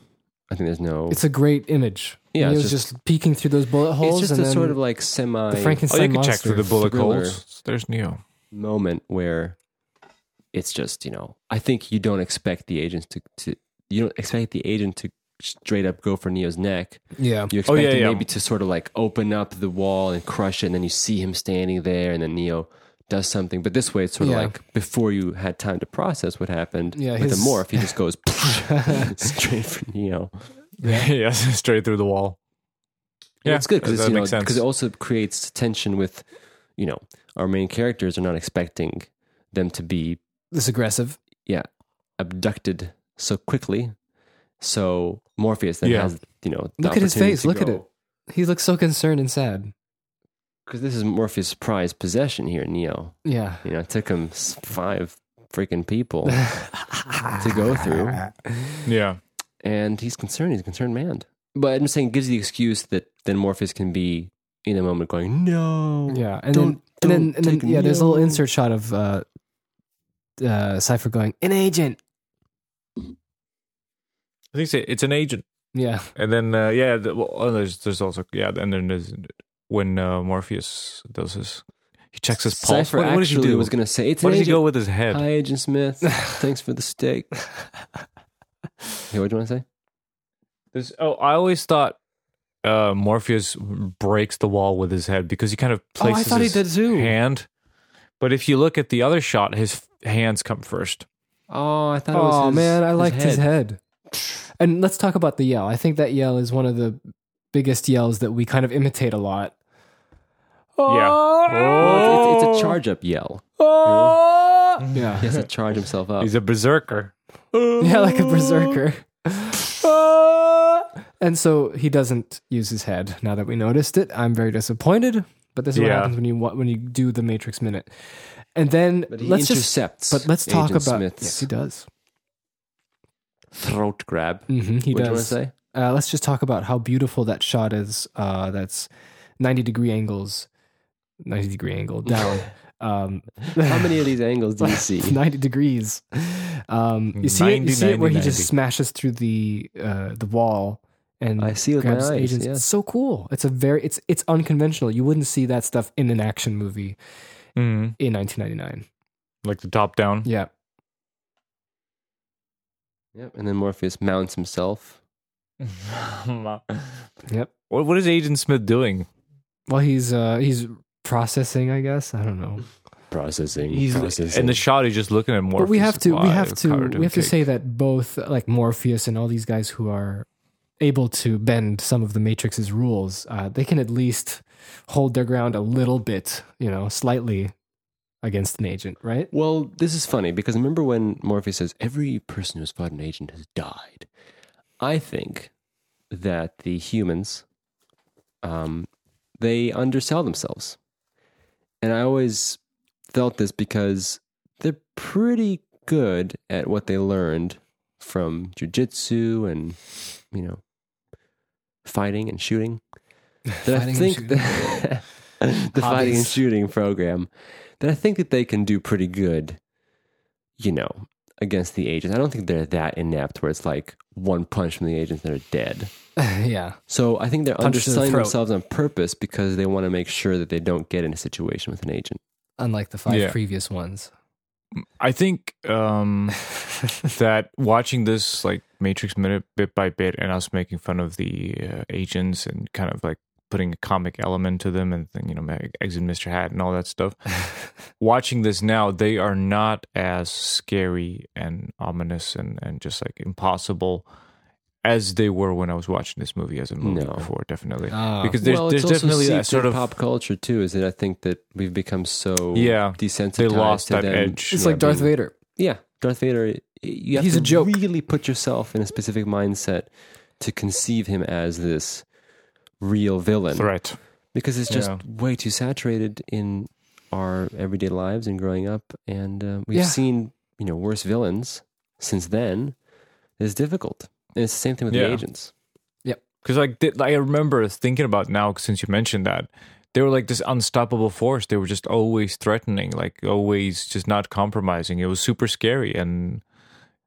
[SPEAKER 3] I think there's no.
[SPEAKER 1] It's a great image.
[SPEAKER 3] oh. Yeah,
[SPEAKER 1] he
[SPEAKER 3] it's
[SPEAKER 1] was
[SPEAKER 3] just-
[SPEAKER 1] just, peeking through those bullet holes.
[SPEAKER 3] It's just
[SPEAKER 1] and
[SPEAKER 3] a
[SPEAKER 1] then
[SPEAKER 3] sort of like semi
[SPEAKER 1] the Frankenstein
[SPEAKER 2] oh, you can
[SPEAKER 1] monster.
[SPEAKER 2] check through the bullet
[SPEAKER 3] Thriller.
[SPEAKER 2] holes. There's Neo.
[SPEAKER 3] moment where it's just you know I think you don't expect the agents to, to you don't expect the agent to straight up go for Neo's neck. [laughs]
[SPEAKER 1] Oh, yeah. [laughs]
[SPEAKER 3] You expect
[SPEAKER 2] yeah,
[SPEAKER 3] him
[SPEAKER 2] yeah.
[SPEAKER 3] maybe to sort of like open up the wall and crush it, and then you see him standing there, and then Neo does something. But this way, it's sort
[SPEAKER 1] Yeah.
[SPEAKER 3] of like before you had time to process what happened
[SPEAKER 1] Yeah,
[SPEAKER 3] with
[SPEAKER 1] his-
[SPEAKER 3] the morph, he just goes
[SPEAKER 1] [laughs]
[SPEAKER 3] [laughs] straight for Neo.
[SPEAKER 2] [laughs] yes, straight through the wall.
[SPEAKER 3] Yeah, it's good because
[SPEAKER 2] that
[SPEAKER 3] you know
[SPEAKER 2] makes sense.
[SPEAKER 3] because it also creates tension with you know our main characters are not expecting them to be
[SPEAKER 1] This aggressive.
[SPEAKER 3] yeah abducted so quickly. So Morpheus then
[SPEAKER 2] Yeah.
[SPEAKER 3] has you know the
[SPEAKER 1] Look at his
[SPEAKER 3] opportunity
[SPEAKER 1] face,
[SPEAKER 3] to
[SPEAKER 1] look at
[SPEAKER 3] go-
[SPEAKER 1] it. He looks so concerned and sad.
[SPEAKER 3] because this is Morpheus' prized possession here, Neo.
[SPEAKER 1] Yeah.
[SPEAKER 3] You know, it took him s- five freaking people [laughs]
[SPEAKER 1] [laughs]
[SPEAKER 3] to go through,
[SPEAKER 2] yeah,
[SPEAKER 3] and he's concerned. He's a concerned man. But I'm just saying, it gives the excuse that then Morpheus can be in a moment going, "No,
[SPEAKER 1] Yeah, and
[SPEAKER 3] Don't-
[SPEAKER 1] then and then
[SPEAKER 3] don't
[SPEAKER 1] and then
[SPEAKER 3] take
[SPEAKER 1] yeah, there's a little
[SPEAKER 3] Neo.
[SPEAKER 1] insert shot of uh, uh, Cipher going an agent.
[SPEAKER 2] I think it's, it's an agent.
[SPEAKER 3] [laughs]
[SPEAKER 1] Yeah,
[SPEAKER 2] And then uh, yeah, the, well, oh, there's there's also yeah, and then there's when uh, Morpheus does his, he checks his pulse.
[SPEAKER 3] Cypher
[SPEAKER 2] What, what does he
[SPEAKER 3] actually
[SPEAKER 2] do?
[SPEAKER 3] was going to say, it's
[SPEAKER 2] Where
[SPEAKER 3] an
[SPEAKER 2] does he
[SPEAKER 3] agent.
[SPEAKER 2] go with his head?
[SPEAKER 3] Hi,
[SPEAKER 1] [laughs]
[SPEAKER 3] Agent Smith. Thanks for the steak. Hey, what do you want to say?
[SPEAKER 2] There's, oh, I always thought uh, Morpheus breaks the wall with his head because he kind of
[SPEAKER 1] Oh, I
[SPEAKER 2] places
[SPEAKER 1] thought he
[SPEAKER 2] his
[SPEAKER 1] did too.
[SPEAKER 2] hand. But if you look at the other shot, his f- hands come first.
[SPEAKER 3] Oh, I thought it was
[SPEAKER 1] Oh
[SPEAKER 3] his-
[SPEAKER 1] man, I
[SPEAKER 3] his
[SPEAKER 1] liked his
[SPEAKER 3] head.
[SPEAKER 1] head. And let's talk about the yell. I think that yell is one of the biggest yells that we kind of imitate a lot. Oh,
[SPEAKER 3] Well, it's, it's,
[SPEAKER 2] Oh.
[SPEAKER 3] it's a charge up yell.
[SPEAKER 1] Yeah.
[SPEAKER 3] He has to charge himself up.
[SPEAKER 2] He's a berserker.
[SPEAKER 1] [laughs] Yeah, like a
[SPEAKER 2] [laughs]
[SPEAKER 1] berserker. and so he doesn't use his head. Now that we noticed it, I'm very disappointed. But this is what
[SPEAKER 2] Yeah.
[SPEAKER 1] happens when you wa- when you do the Matrix minute, and then
[SPEAKER 3] but he
[SPEAKER 1] let's just
[SPEAKER 3] intercepts.
[SPEAKER 1] but let's talk
[SPEAKER 3] Agent
[SPEAKER 1] about
[SPEAKER 3] Smith's
[SPEAKER 1] yes, he does.
[SPEAKER 3] throat grab.
[SPEAKER 1] hmm he
[SPEAKER 3] what do you want to
[SPEAKER 1] does.
[SPEAKER 3] say?
[SPEAKER 1] Uh, let's just talk about how beautiful that shot is. Uh, that's 90 degree angles, 90 degree
[SPEAKER 3] [laughs]
[SPEAKER 1] angle down. um,
[SPEAKER 3] How many of these
[SPEAKER 1] [laughs]
[SPEAKER 3] angles do you see?
[SPEAKER 1] 90 degrees. Um, you see it, you
[SPEAKER 2] 90,
[SPEAKER 1] see it where he
[SPEAKER 2] 90.
[SPEAKER 1] just smashes through the uh, the wall and
[SPEAKER 3] I see with my
[SPEAKER 1] grabs
[SPEAKER 3] eyes,
[SPEAKER 1] agents.
[SPEAKER 3] yeah.
[SPEAKER 1] It's so cool. It's a very it's it's unconventional. You wouldn't see that stuff in an action movie
[SPEAKER 2] Mhm.
[SPEAKER 1] in 1999.
[SPEAKER 2] Like the top down.
[SPEAKER 1] Yeah.
[SPEAKER 3] Yep. And then Morpheus mounts himself.
[SPEAKER 1] Yep.
[SPEAKER 2] [laughs] what, what is Agent Smith doing?
[SPEAKER 1] Well, he's uh he's processing, I guess. I don't know.
[SPEAKER 3] Processing.
[SPEAKER 2] He's in the shot. He's just looking at Morpheus.
[SPEAKER 1] but we have to we
[SPEAKER 2] Why?
[SPEAKER 1] have to
[SPEAKER 2] Covered in
[SPEAKER 1] we have to
[SPEAKER 2] cake.
[SPEAKER 1] say that both like Morpheus and all these guys who are able to bend some of the Matrix's rules, uh, they can at least hold their ground a little bit, you know, slightly against an agent,
[SPEAKER 3] [laughs]
[SPEAKER 1] right?
[SPEAKER 3] Well, this is funny because remember when Morpheus says every person who's fought an agent has died. I think that the humans, um, they undersell themselves, and I always felt this because they're pretty good at what they learned from jujitsu and you know fighting and shooting. That I
[SPEAKER 1] Fighting and
[SPEAKER 3] think
[SPEAKER 1] shooting.
[SPEAKER 3] [laughs] that, the fighting and
[SPEAKER 1] Hobbies.
[SPEAKER 3] shooting program, then I think that they can do pretty good, you know, against the agents. I don't think they're that inept where it's like one punch from the agents that are dead.
[SPEAKER 1] yeah.
[SPEAKER 3] So I think they're
[SPEAKER 1] Punch to the
[SPEAKER 3] underselling
[SPEAKER 1] throat.
[SPEAKER 3] themselves on purpose because they want to make sure that they don't get in a situation with an agent.
[SPEAKER 1] Unlike the five
[SPEAKER 2] Yeah.
[SPEAKER 1] previous
[SPEAKER 2] [laughs]
[SPEAKER 1] ones.
[SPEAKER 2] I think um, that watching this like Matrix minute bit by bit, and us making fun of the uh, agents and kind of like putting a comic element to them, and then, you know, Ma- Exit Mr. Hat and all that stuff. watching this now, they are not as scary and ominous and and just like impossible as they were when I was watching this movie as a movie
[SPEAKER 3] No.
[SPEAKER 2] before, definitely.
[SPEAKER 1] Ah.
[SPEAKER 2] because there's
[SPEAKER 3] well,
[SPEAKER 2] there's
[SPEAKER 3] it's also
[SPEAKER 2] definitely that
[SPEAKER 3] seeped
[SPEAKER 2] sort
[SPEAKER 3] in
[SPEAKER 2] of
[SPEAKER 3] pop culture too. Is that I think that we've become so
[SPEAKER 2] yeah.
[SPEAKER 3] desensitized.
[SPEAKER 2] They lost
[SPEAKER 3] to
[SPEAKER 2] that
[SPEAKER 3] them.
[SPEAKER 2] edge.
[SPEAKER 1] It's like Darth
[SPEAKER 3] being-
[SPEAKER 1] Vader.
[SPEAKER 3] Yeah, Darth Vader. You have
[SPEAKER 1] He's
[SPEAKER 3] to
[SPEAKER 1] a joke.
[SPEAKER 3] really put yourself in a specific mindset to conceive him as this real villain,
[SPEAKER 2] threat.
[SPEAKER 3] because it's just
[SPEAKER 2] Yeah.
[SPEAKER 3] way too saturated in our everyday lives and growing up. And uh, we've
[SPEAKER 1] Yeah.
[SPEAKER 3] seen you know worse villains since then. It's difficult, and it's the same thing with the
[SPEAKER 2] Yeah.
[SPEAKER 3] agents.
[SPEAKER 2] Because like th- I remember thinking about now since you mentioned that they were like this unstoppable force. They were just always threatening, like always just not compromising. It was super scary, and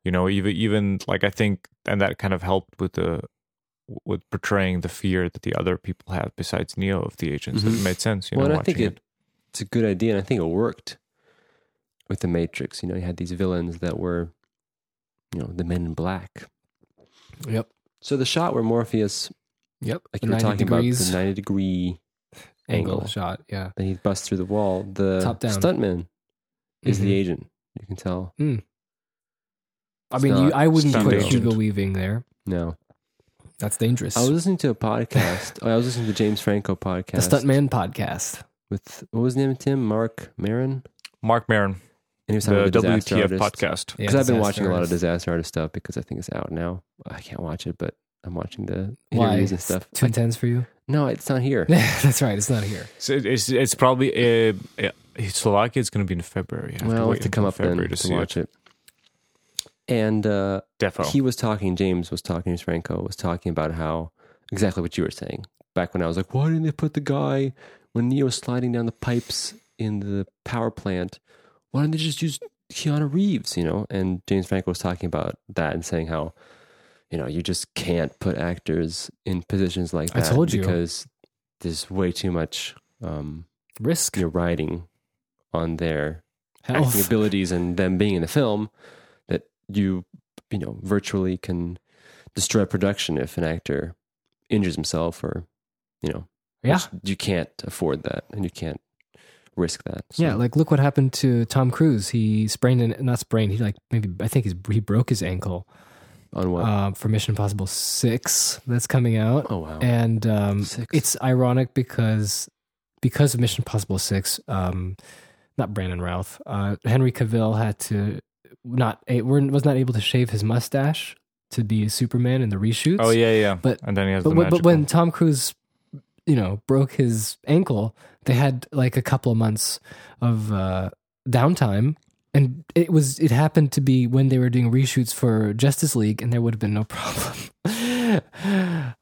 [SPEAKER 2] you know even even like I think and that kind of helped with the with portraying the fear that the other people have besides Neo of the agents.
[SPEAKER 3] Mhm.
[SPEAKER 2] It made sense. You
[SPEAKER 3] well,
[SPEAKER 2] know,
[SPEAKER 3] and I think
[SPEAKER 2] watching
[SPEAKER 3] it, it's a good idea, and I think it worked with the Matrix. You know, you had these villains that were, you know, the Men in Black.
[SPEAKER 1] Yep.
[SPEAKER 3] So the shot where Morpheus,
[SPEAKER 1] Yep.
[SPEAKER 3] like
[SPEAKER 1] The
[SPEAKER 3] you were
[SPEAKER 1] 90
[SPEAKER 3] talking
[SPEAKER 1] degrees.
[SPEAKER 3] about, the ninety degree
[SPEAKER 1] Angle,
[SPEAKER 3] angle.
[SPEAKER 1] shot. Yeah.
[SPEAKER 3] that he busts through the wall, the
[SPEAKER 1] Top down.
[SPEAKER 3] stuntman is the
[SPEAKER 1] Mhm.
[SPEAKER 3] agent. You can tell.
[SPEAKER 1] Mm-hmm. Mm. I
[SPEAKER 3] It's
[SPEAKER 1] mean, you,
[SPEAKER 3] not
[SPEAKER 1] I wouldn't
[SPEAKER 2] stunt
[SPEAKER 1] put
[SPEAKER 2] agent.
[SPEAKER 1] Hugo Weaving there.
[SPEAKER 3] No,
[SPEAKER 1] That's dangerous.
[SPEAKER 3] I was listening to a podcast. oh, I was listening to James Franco
[SPEAKER 1] the
[SPEAKER 3] podcast.
[SPEAKER 1] Stuntman podcast.
[SPEAKER 3] with what was his name? Tim Mark Maron,
[SPEAKER 2] Mark Maron,
[SPEAKER 3] and he was
[SPEAKER 2] the
[SPEAKER 3] talking about disaster
[SPEAKER 2] WTF
[SPEAKER 3] artist.
[SPEAKER 2] podcast.
[SPEAKER 1] Yeah,
[SPEAKER 3] because I've been watching a lot of
[SPEAKER 1] disaster
[SPEAKER 3] disaster artist stuff because I think it's out now. I can't watch it, but I'm watching the
[SPEAKER 1] artists. Why?
[SPEAKER 3] interviews and
[SPEAKER 1] It's
[SPEAKER 3] stuff.
[SPEAKER 1] Too intense for you? [laughs]
[SPEAKER 3] No, it's not here.
[SPEAKER 1] That's right. It's not here.
[SPEAKER 2] So it- it's it's probably uh, uh, Slovakia. It's going to be in February. You have
[SPEAKER 3] well,
[SPEAKER 2] wait
[SPEAKER 3] I have to come
[SPEAKER 2] until
[SPEAKER 3] up then
[SPEAKER 2] February
[SPEAKER 3] to,
[SPEAKER 2] to see
[SPEAKER 3] watch it. And uh,
[SPEAKER 2] Defo.
[SPEAKER 3] he was talking. James was talking. James Franco was talking about how exactly what you were saying back when I was like, why didn't they put the guy when Neo was sliding down the pipes in the power plant? Why didn't they just use Keanu Reeves? You know, and James Franco was talking about that and saying how you know you just can't put actors in positions like
[SPEAKER 1] I
[SPEAKER 3] that
[SPEAKER 1] told you.
[SPEAKER 3] because there's way too much um,
[SPEAKER 1] Risk.
[SPEAKER 3] you're riding on their
[SPEAKER 1] Health.
[SPEAKER 3] acting abilities and them being in the film that you you know virtually can destroy production if an actor injures himself or you know
[SPEAKER 1] Yeah.
[SPEAKER 3] you can't afford that and you can't risk that So-
[SPEAKER 1] Yeah, like look what happened to Tom Cruise. He sprained an not sprained. He like maybe I think he's he broke his ankle
[SPEAKER 3] on what
[SPEAKER 1] um, for Mission Impossible Six that's coming out,
[SPEAKER 3] oh wow
[SPEAKER 1] and um,
[SPEAKER 3] Six.
[SPEAKER 1] it's ironic because because of Mission Impossible Six, um, not Brandon Routh, uh, Henry Cavill had to not a, weren't- was not able to shave his mustache to be Superman in the reshoots.
[SPEAKER 2] Oh yeah, yeah.
[SPEAKER 1] But-
[SPEAKER 2] and then he has
[SPEAKER 1] But,
[SPEAKER 2] the
[SPEAKER 1] when- but
[SPEAKER 2] magical.
[SPEAKER 1] when Tom Cruise, you know, broke his ankle, they had like a couple of months of uh, downtime, and it was it happened to be when they were doing reshoots for Justice League, and there would have been no [laughs] problem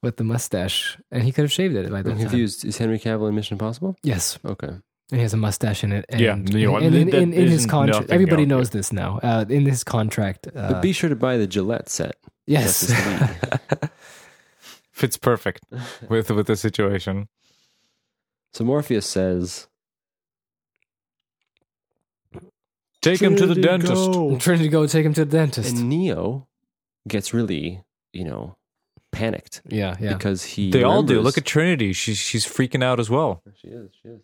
[SPEAKER 1] with the mustache, and he could have shaved it by that
[SPEAKER 3] I'm
[SPEAKER 1] time.
[SPEAKER 3] confused is Henry Cavill in Mission Impossible
[SPEAKER 1] Yes,
[SPEAKER 3] okay
[SPEAKER 1] and he has a mustache in it. And,
[SPEAKER 2] Yeah, you know,
[SPEAKER 1] and in,
[SPEAKER 2] that
[SPEAKER 1] in, in his
[SPEAKER 2] isn't
[SPEAKER 1] contract,
[SPEAKER 2] nothing
[SPEAKER 1] everybody
[SPEAKER 2] out
[SPEAKER 1] knows this now. Uh, in his contract, uh,
[SPEAKER 3] but be sure to buy the Gillette set
[SPEAKER 1] yes,
[SPEAKER 3] Justice League.
[SPEAKER 2] fits [laughs] perfect with with the situation.
[SPEAKER 3] so Morpheus says
[SPEAKER 2] Take him to the dentist.
[SPEAKER 1] [laughs] I'm trying to go take him to the dentist.
[SPEAKER 3] and Neo gets really you know panicked
[SPEAKER 1] yeah, yeah.
[SPEAKER 3] because he
[SPEAKER 2] They all do.
[SPEAKER 3] remembers-
[SPEAKER 2] Look at Trinity. She's she's freaking out as well. [laughs]
[SPEAKER 3] She is. She is.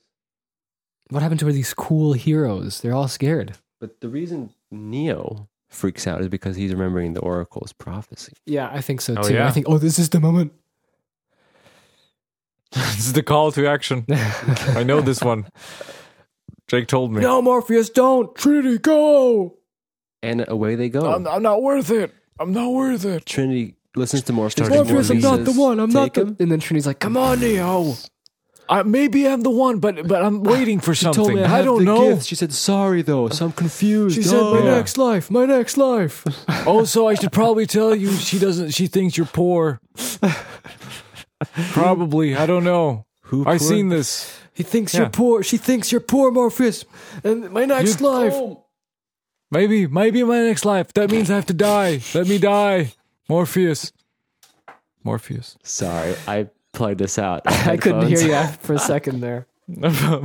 [SPEAKER 1] What happened to these cool heroes? They're all scared.
[SPEAKER 3] But the reason Neo freaks out is because he's remembering the Oracle's prophecy.
[SPEAKER 1] Yeah, I think so
[SPEAKER 2] Oh,
[SPEAKER 1] too.
[SPEAKER 2] yeah.
[SPEAKER 1] I think, oh, this is the moment.
[SPEAKER 2] this is the call to action. I know
[SPEAKER 1] [laughs]
[SPEAKER 2] this one. Jake told me.
[SPEAKER 1] no, Morpheus, don't. Trinity, go.
[SPEAKER 3] And away they
[SPEAKER 1] Oh.
[SPEAKER 3] go.
[SPEAKER 2] I'm not worth it. I'm not worth it.
[SPEAKER 3] Trinity listens to more stories.
[SPEAKER 1] Morpheus, I'm not the
[SPEAKER 3] Morpheus,
[SPEAKER 1] one. I'm not
[SPEAKER 3] take
[SPEAKER 1] the.
[SPEAKER 3] him.
[SPEAKER 1] And then Trinity's like, come on, Neo.
[SPEAKER 2] I, maybe I'm the one, but but I'm waiting for
[SPEAKER 3] She told
[SPEAKER 2] something.
[SPEAKER 3] me I,
[SPEAKER 2] I,
[SPEAKER 3] have
[SPEAKER 2] don't
[SPEAKER 3] the
[SPEAKER 2] know.
[SPEAKER 3] gift. She said sorry
[SPEAKER 1] [laughs]
[SPEAKER 3] though, so I'm confused.
[SPEAKER 1] She said, my
[SPEAKER 2] Yeah.
[SPEAKER 1] next life, my next
[SPEAKER 2] [laughs]
[SPEAKER 1] life.
[SPEAKER 2] also, I should probably tell you she doesn't. She thinks you're poor. Probably. I don't know.
[SPEAKER 3] Who
[SPEAKER 2] I've
[SPEAKER 3] poor?
[SPEAKER 2] seen this.
[SPEAKER 1] He thinks
[SPEAKER 2] Yeah.
[SPEAKER 1] you're poor. She thinks you're poor, Morpheus. And my next
[SPEAKER 2] You-
[SPEAKER 1] life.
[SPEAKER 2] Maybe, maybe in my next life. That means I have to die. Let me die. Morpheus. [laughs] Morpheus.
[SPEAKER 4] Sorry, I plugged this out.
[SPEAKER 1] I couldn't [laughs] hear you after- for a second there.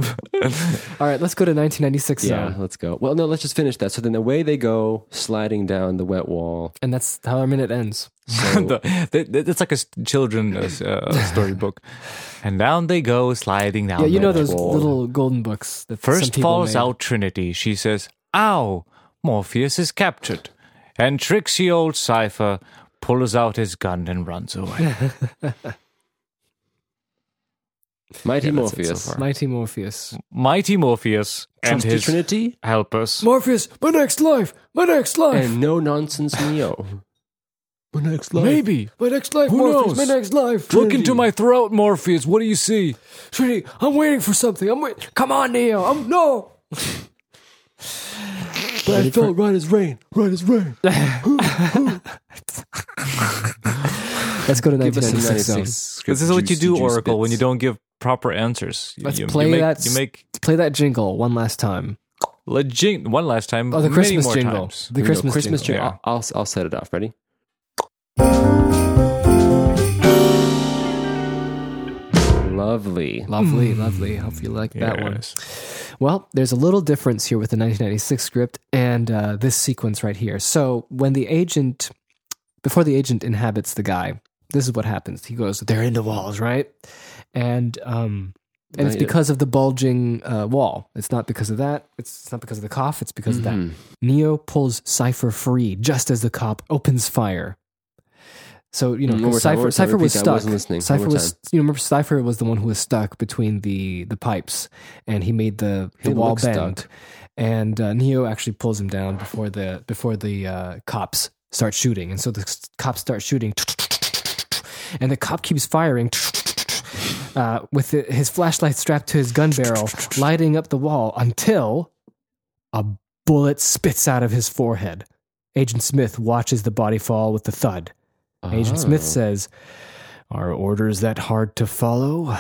[SPEAKER 1] All right, let's go to 1996
[SPEAKER 3] Yeah,
[SPEAKER 1] song.
[SPEAKER 3] let's go. Well, no, let's just finish that. So then away they go, sliding down the wet wall.
[SPEAKER 1] And that's how our minute ends.
[SPEAKER 3] So-
[SPEAKER 2] That's like a s- children uh, s- uh, storybook. And down they go, sliding down.
[SPEAKER 1] Yeah, you
[SPEAKER 2] the
[SPEAKER 1] know those
[SPEAKER 2] wall.
[SPEAKER 1] little golden books that some
[SPEAKER 2] First
[SPEAKER 1] people
[SPEAKER 2] falls
[SPEAKER 1] made.
[SPEAKER 2] out Trinity. She says, Ow! Morpheus is captured. And tricksy old Cypher pulls out his gun and runs away.
[SPEAKER 3] Mighty
[SPEAKER 2] Yeah, that's it so
[SPEAKER 3] Morpheus.
[SPEAKER 2] far.
[SPEAKER 1] Mighty Morpheus.
[SPEAKER 2] Mighty Morpheus and
[SPEAKER 3] Trusty
[SPEAKER 2] his
[SPEAKER 3] Trinity
[SPEAKER 2] helpers.
[SPEAKER 1] Morpheus, my next life, my next life.
[SPEAKER 3] and no nonsense Neo. My next life.
[SPEAKER 2] Maybe.
[SPEAKER 1] my next life,
[SPEAKER 2] Who
[SPEAKER 1] Morpheus,
[SPEAKER 2] knows?
[SPEAKER 1] my next life.
[SPEAKER 2] Look into my throat, Morpheus. What do you see?
[SPEAKER 1] Trinity, I'm waiting for something. I'm waiting. Come on, Neo. I'm [laughs] no.
[SPEAKER 3] but I felt right as rain. Right as rain.
[SPEAKER 1] Let's go to
[SPEAKER 3] Give us some
[SPEAKER 1] 1996.
[SPEAKER 3] 96
[SPEAKER 1] songs.
[SPEAKER 3] script
[SPEAKER 2] This is what you
[SPEAKER 3] juice-
[SPEAKER 2] do,
[SPEAKER 3] juice
[SPEAKER 2] Oracle, when you
[SPEAKER 3] bits.
[SPEAKER 2] don't give proper answers. You-
[SPEAKER 1] Let's
[SPEAKER 2] you,
[SPEAKER 1] play
[SPEAKER 2] you make,
[SPEAKER 1] that
[SPEAKER 2] You
[SPEAKER 1] s-
[SPEAKER 2] make
[SPEAKER 1] Play that jingle one last time.
[SPEAKER 2] legit one last time.
[SPEAKER 1] Oh, the
[SPEAKER 2] many
[SPEAKER 1] Christmas
[SPEAKER 2] more
[SPEAKER 1] jingle.
[SPEAKER 2] times.
[SPEAKER 1] The
[SPEAKER 3] Here we go,
[SPEAKER 1] Christmas,
[SPEAKER 3] Christmas
[SPEAKER 1] jingle.
[SPEAKER 3] tree. I'll, I'll I'll set it off. Ready? Lovely.
[SPEAKER 1] Lovely, lovely. Hope you like that one.
[SPEAKER 2] Yes.
[SPEAKER 1] Well, there's a little difference here with the 1996 script and uh, this sequence right here. So when the agent, before the agent inhabits the guy, this is what happens. He goes, "They're in the walls, right?" And um, and it's
[SPEAKER 3] Not yet.
[SPEAKER 1] because of the bulging uh, wall. It's not because of that. It's, it's not because of the cough. It's because
[SPEAKER 3] Mm-hmm.
[SPEAKER 1] of
[SPEAKER 3] Mm.
[SPEAKER 1] that. Neo pulls Cipher free just as the cop opens fire. So you know,
[SPEAKER 3] Mm, one more time, one
[SPEAKER 1] Cipher Cipher
[SPEAKER 3] more time,
[SPEAKER 1] was
[SPEAKER 3] repeat that. I
[SPEAKER 1] stuck.
[SPEAKER 3] wasn't listening. One
[SPEAKER 1] Cipher
[SPEAKER 3] more
[SPEAKER 1] was you remember Cipher was the one who was stuck between the the pipes, and he made the, the
[SPEAKER 3] He
[SPEAKER 1] wall
[SPEAKER 3] looked
[SPEAKER 1] bend.
[SPEAKER 3] stuck.
[SPEAKER 1] And uh, Neo actually pulls him down before the before the uh, cops start shooting, and so the s- cops start shooting, and the cop keeps firing. Uh, with the, his flashlight strapped to his gun barrel, lighting up the wall until a bullet spits out of his forehead. Agent Smith watches the body fall with a thud. Agent
[SPEAKER 3] Oh.
[SPEAKER 1] Smith says, Are orders that hard to follow?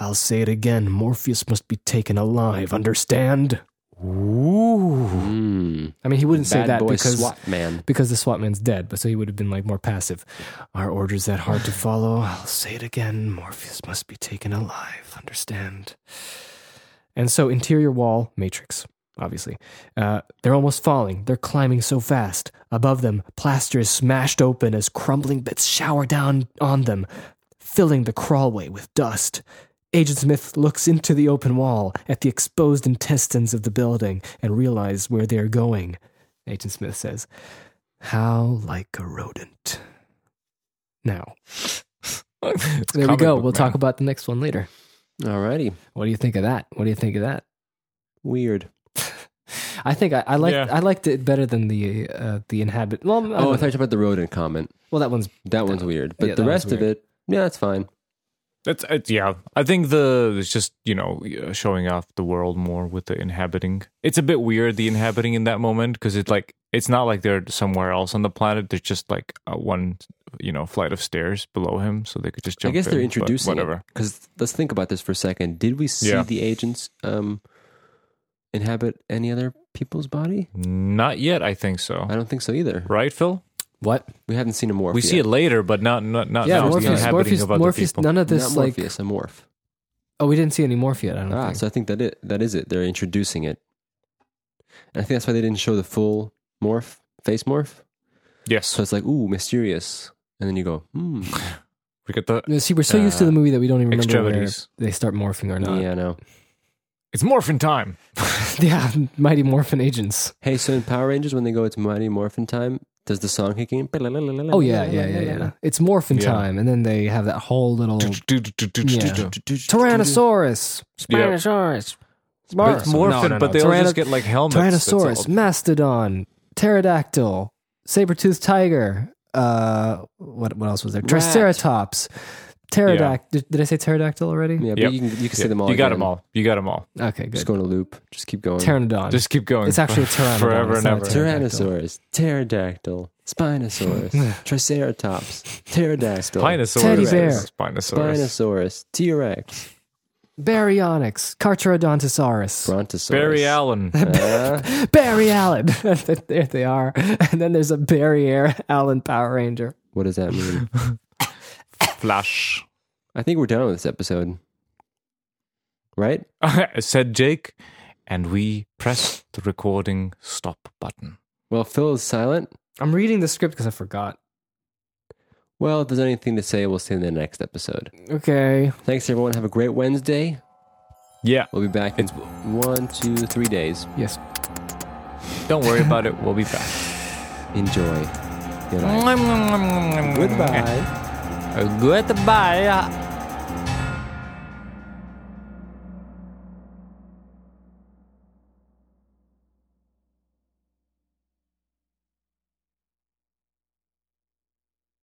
[SPEAKER 1] I'll say it again. Morpheus must be taken alive, understand? Ooh.
[SPEAKER 3] Mm,
[SPEAKER 1] I mean, he wouldn't say
[SPEAKER 3] bad
[SPEAKER 1] that
[SPEAKER 3] boy
[SPEAKER 1] because,
[SPEAKER 3] SWAT man.
[SPEAKER 1] because the SWAT man's dead, but so he would have been like more passive. Are orders that hard to follow? I'll say it again. Morpheus must be taken alive, understand? And so, interior wall, matrix, obviously. Uh, they're almost falling. They're climbing so fast. Above them, plaster is smashed open as crumbling bits shower down on them, filling the crawlway with dust. Agent Smith looks into the open wall at the exposed intestines of the building and realizes where they're going. Agent Smith says, How like a rodent. Now,
[SPEAKER 2] It's
[SPEAKER 1] there we
[SPEAKER 2] comic
[SPEAKER 1] go.
[SPEAKER 2] book,
[SPEAKER 1] We'll
[SPEAKER 2] man.
[SPEAKER 1] talk about the next one later.
[SPEAKER 3] Alrighty.
[SPEAKER 1] What do you think of that? What do you think of that?
[SPEAKER 3] Weird.
[SPEAKER 1] I think I, I liked
[SPEAKER 2] Yeah.
[SPEAKER 1] I liked it better than the uh, the inhabit. Well, I don't
[SPEAKER 3] Oh,
[SPEAKER 1] know.
[SPEAKER 3] I thought you were talking about the rodent comment.
[SPEAKER 1] well, that one's
[SPEAKER 3] That one's weird. But
[SPEAKER 1] yeah, that
[SPEAKER 3] the
[SPEAKER 1] one's
[SPEAKER 3] rest of
[SPEAKER 1] weird.
[SPEAKER 3] it, yeah, it's fine.
[SPEAKER 2] That's it's, yeah. I think the it's just you know uh, showing off the world more with the inhabiting. It's a bit weird the inhabiting in that moment because it's like it's not like they're somewhere else on the planet. There's just like a one you know flight of stairs below him, so they could just jump.
[SPEAKER 3] I guess
[SPEAKER 2] in,
[SPEAKER 3] they're
[SPEAKER 2] but
[SPEAKER 3] introducing
[SPEAKER 2] whatever.
[SPEAKER 3] Because let's think about this for a second. Did we see
[SPEAKER 2] Yeah.
[SPEAKER 3] the agents um, inhabit any other people's body?
[SPEAKER 2] Not yet, I think so.
[SPEAKER 3] I don't think so either.
[SPEAKER 2] Right, Phil?
[SPEAKER 1] what?
[SPEAKER 3] We haven't seen a morph.
[SPEAKER 2] We see
[SPEAKER 3] yet.
[SPEAKER 2] it later, but not not not
[SPEAKER 1] Yeah,
[SPEAKER 2] not the
[SPEAKER 1] Morpheus.
[SPEAKER 2] inhabiting
[SPEAKER 1] Morpheus.
[SPEAKER 2] of other
[SPEAKER 1] Morpheus.
[SPEAKER 2] people.
[SPEAKER 1] None of this
[SPEAKER 3] Not
[SPEAKER 1] like.
[SPEAKER 3] Morpheus, a morph.
[SPEAKER 1] Oh, we didn't see any Morpheus. I don't
[SPEAKER 3] Ah,
[SPEAKER 1] think.
[SPEAKER 3] so I think that it that is it. They're introducing it, and I think that's why they didn't show the full morph face morph. So
[SPEAKER 2] yes,
[SPEAKER 3] it's like ooh mysterious, and then you go hmm
[SPEAKER 2] we get the
[SPEAKER 1] No, See, we're so used to the
[SPEAKER 2] Uh,
[SPEAKER 1] movie that we don't even remember where
[SPEAKER 2] extremities.
[SPEAKER 1] they start morphing or not.
[SPEAKER 3] yeah no.
[SPEAKER 2] It's morphin time.
[SPEAKER 1] yeah, Mighty Morphin Agents.
[SPEAKER 3] Hey, so in Power Rangers when they go it's Mighty Morphin time, does the song kick in?
[SPEAKER 1] Oh yeah, yeah, yeah, yeah. It's Morphin
[SPEAKER 2] Yeah.
[SPEAKER 1] time, and then they have that whole little Yeah.
[SPEAKER 3] Tyrannosaurus.
[SPEAKER 1] Tyrannosaurus,
[SPEAKER 2] Yeah.
[SPEAKER 1] Spinosaurus,
[SPEAKER 2] It's morphin,
[SPEAKER 1] No, no, no.
[SPEAKER 2] but they all
[SPEAKER 1] Tyranno-
[SPEAKER 2] just get like helmets. That's all.
[SPEAKER 1] Tyrannosaurus, Mastodon, Pterodactyl, Saber-toothed Tiger, uh what what else was there? Triceratops, Pterodactyl. Did, did I say pterodactyl already?
[SPEAKER 3] Yeah, but
[SPEAKER 2] Yep.
[SPEAKER 3] you can you can
[SPEAKER 2] Yeah,
[SPEAKER 3] say them all.
[SPEAKER 2] You got
[SPEAKER 3] again.
[SPEAKER 2] them all. You got them all.
[SPEAKER 1] Okay, good.
[SPEAKER 3] Just go in a loop. Just keep going.
[SPEAKER 1] Pteranodon.
[SPEAKER 2] Just keep going.
[SPEAKER 1] It's actually a pteranodon.
[SPEAKER 2] Forever
[SPEAKER 1] It's
[SPEAKER 2] and
[SPEAKER 1] not a
[SPEAKER 2] ever.
[SPEAKER 3] Tyrannosaurus, pterodactyl,
[SPEAKER 2] [laughs]
[SPEAKER 3] spinosaurus, triceratops, pterodactyl,
[SPEAKER 2] Spinosaurus.
[SPEAKER 1] Teddy bear.
[SPEAKER 2] Spinosaurus.
[SPEAKER 3] spinosaurus, T-Rex.
[SPEAKER 1] Baryonyx, Carcharodontosaurus,
[SPEAKER 3] Brontosaurus.
[SPEAKER 2] Barry Allen.
[SPEAKER 3] [laughs] Uh,
[SPEAKER 1] Barry Allen. [laughs] there they are. And then there's a Barrier Allen Power Ranger.
[SPEAKER 3] what does that mean?
[SPEAKER 2] Flash. [laughs]
[SPEAKER 3] I think we're done with this episode. Right?
[SPEAKER 2] Said Jake. And we pressed the recording stop button.
[SPEAKER 3] Well, Phil is silent.
[SPEAKER 1] I'm reading the script because I forgot.
[SPEAKER 3] Well, if there's anything to say, we'll see you in the next episode.
[SPEAKER 1] Okay.
[SPEAKER 3] Thanks, everyone. Have a great Wednesday.
[SPEAKER 2] Yeah.
[SPEAKER 3] We'll be back in one, two, three days.
[SPEAKER 1] Yes.
[SPEAKER 2] Don't worry about it. We'll be back.
[SPEAKER 3] Enjoy your life.
[SPEAKER 2] Goodbye. Goodbye.